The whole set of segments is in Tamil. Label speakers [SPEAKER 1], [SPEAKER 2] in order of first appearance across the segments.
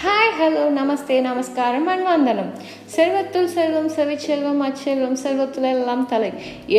[SPEAKER 1] ஹலோ நமஸ்தே நமஸ்காரம் அண்ட் வந்தனம் செல்வத்துள் செல்வம் செவிச்செல்வம் அச்செல்வம் செல்வத்துல எல்லாம் தலை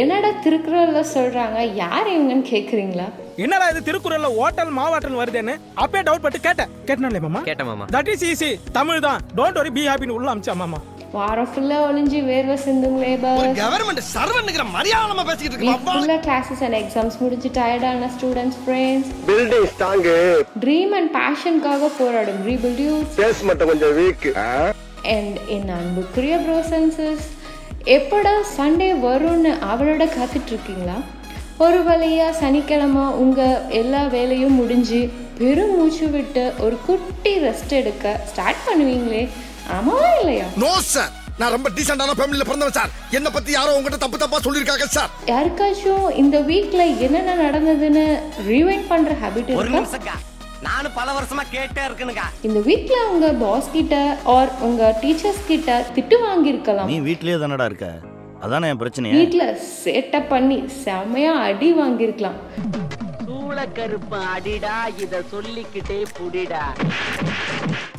[SPEAKER 1] என்னடா திருக்குறளில் சொல்கிறாங்க யார் இவங்கன்னு கேட்குறீங்களா
[SPEAKER 2] என்னடா இது திருக்குறள்ல ஓட்டல் மாவாட்டல் வருதுன்னு அப்பே டவுட் பட்டு கேட்டேன் கேட்டனா மாமா
[SPEAKER 3] கேட்டேன் மாமா
[SPEAKER 2] தட் இஸ் ஈஸி தமிழ் தான் டோன்ட் வரி பி ஹாப்பின்னு உள்ள அமிச்சா மாமா
[SPEAKER 1] வாரம் ஃபுல்லாக ஒளிஞ்சு வேர்வை சிந்துங்களே
[SPEAKER 4] ஒரு
[SPEAKER 1] பாஸ்
[SPEAKER 4] கவர்மெண்ட் சர்வன்னுங்கிற மரியாதை நம்ம பேசிக்கிட்டு இருக்கோம்
[SPEAKER 1] வீக் ஃபுல்லாக கிளாஸஸ் அண்ட் எக்ஸாம்ஸ் முடிஞ்சு டயர்டான students friends
[SPEAKER 5] building strong
[SPEAKER 1] dream and பேஷனுக்காக போராடும் ரீபிள் யூத்
[SPEAKER 5] பேஸ் மட்டும் கொஞ்சம் வீக்
[SPEAKER 1] அண்ட் என் அன்புக்குரிய ப்ரோ சென்சஸ் எப்படா சண்டே வரும்னு அவளோட காத்துட்ருக்கீங்களா ஒரு வழியாக சனிக்கிழமை உங்கள் எல்லா வேலையும் முடிஞ்சு பெருமூச்சு விட்டு ஒரு குட்டி ரெஸ்ட் எடுக்க ஸ்டார்ட் பண்ணுவீங்களே ஆமாவா இல்லையா
[SPEAKER 4] நோ சார் நான் ரொம்ப டீசென்டான ஃபேமிலில பிறந்தவன் சார் என்ன பத்தி யாரோ உங்ககிட்ட தப்பு தப்பா சொல்லியிருக்காங்க சார்
[SPEAKER 1] யாருக்காச்சும் இந்த வீக்ல என்னென்ன நடந்ததுன்னு ரிவைண்ட் பண்ற ஹாபிட் இருக்கா
[SPEAKER 3] நானும் பல வருஷமா கேட்டே இருக்கணுங்க
[SPEAKER 1] இந்த வீக்ல உங்க பாஸ் கிட்ட ஆர் உங்க டீச்சர்ஸ் கிட்ட திட்டு வாங்கியிருக்கலாம்
[SPEAKER 6] நீ வீட்லயே தானடா இருக்க அதானே என் பிரச்சனையே
[SPEAKER 1] வீட்ல சேட்டை பண்ணி செமையா அடி வாங்கியிருக்கலாம்
[SPEAKER 7] சூள கருப்பு அடிடா இத சொல்லிக்கிட்டே புடிடா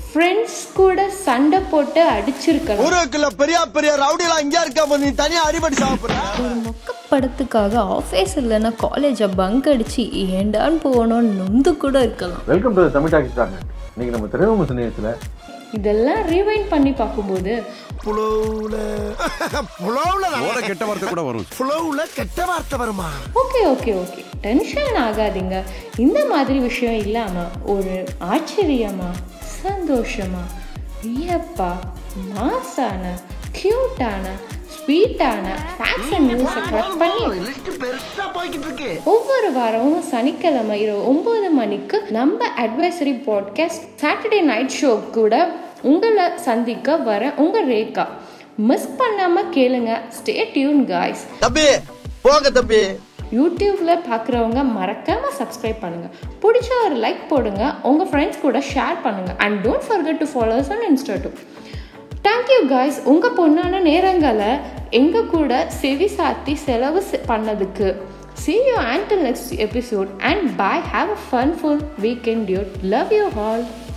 [SPEAKER 1] ஃப்ரெண்ட்ஸ் கூட சண்டை போட்டு அடிச்சிருக்கலாம்
[SPEAKER 4] ஊருக்குள்ள பெரிய பெரிய ரவுடிலாம் இங்க இருக்க நீ தனியா அடிபடி சாப்பிடுற
[SPEAKER 8] ஒரு மொக்க படத்துக்காக ஆஃபீஸ் இல்லைன்னா காலேஜை பங்க் அடிச்சு ஏண்டான்னு போகணும்னு நொந்து கூட இருக்கலாம்
[SPEAKER 9] welcome to Tamil talks dot net இன்னைக்கு நம்ம திரைமுக சிநேகத்தில்
[SPEAKER 1] இதெல்லாம் ரீவைண்ட் பண்ணி பார்க்கும்போது
[SPEAKER 4] புலவுல புலவுல
[SPEAKER 10] ஓட கெட்ட வார்த்தை கூட வரும்
[SPEAKER 4] புலவுல கெட்ட வார்த்தை வருமா
[SPEAKER 1] ஓகே ஓகே ஓகே டென்ஷன் ஆகாதீங்க இந்த மாதிரி விஷயம் இல்லாம ஒரு ஆச்சரியமா சந்தோஷமா வியப்பா மாசான கியூட்டான ஸ்வீட்டான ஃபேக்ஸ் அண்ட் நியூஸை கரெக்ட் பண்ணி
[SPEAKER 4] பெருசா போய்கிட்டு இருக்கு
[SPEAKER 1] ஒவ்வொரு வாரமும் சனிக்கிழமை இரவு ஒம்பது மணிக்கு நம்ம advisory podcast Saturday night show கூட உங்களை சந்திக்க வர உங்கள் ரேகா மிஸ் பண்ணாமல் கேளுங்க ஸ்டே டியூன் காய்ஸ்
[SPEAKER 4] தம்பி போங்க தம்பி
[SPEAKER 1] யூடியூப்பில் பார்க்குறவங்க மறக்காமல் சப்ஸ்கிரைப் பண்ணுங்கள் பிடிச்ச ஒரு லைக் போடுங்க உங்கள் ஃப்ரெண்ட்ஸ் கூட ஷேர் பண்ணுங்கள் and don't forget to follow us on Insta too thank you guys உங்கள் பொண்ணான நேரங்களை எங்கள் கூட செவி சாத்தி செலவு செ- பண்ணதுக்கு see you until next episode and bye have a fun full weekend dude love you all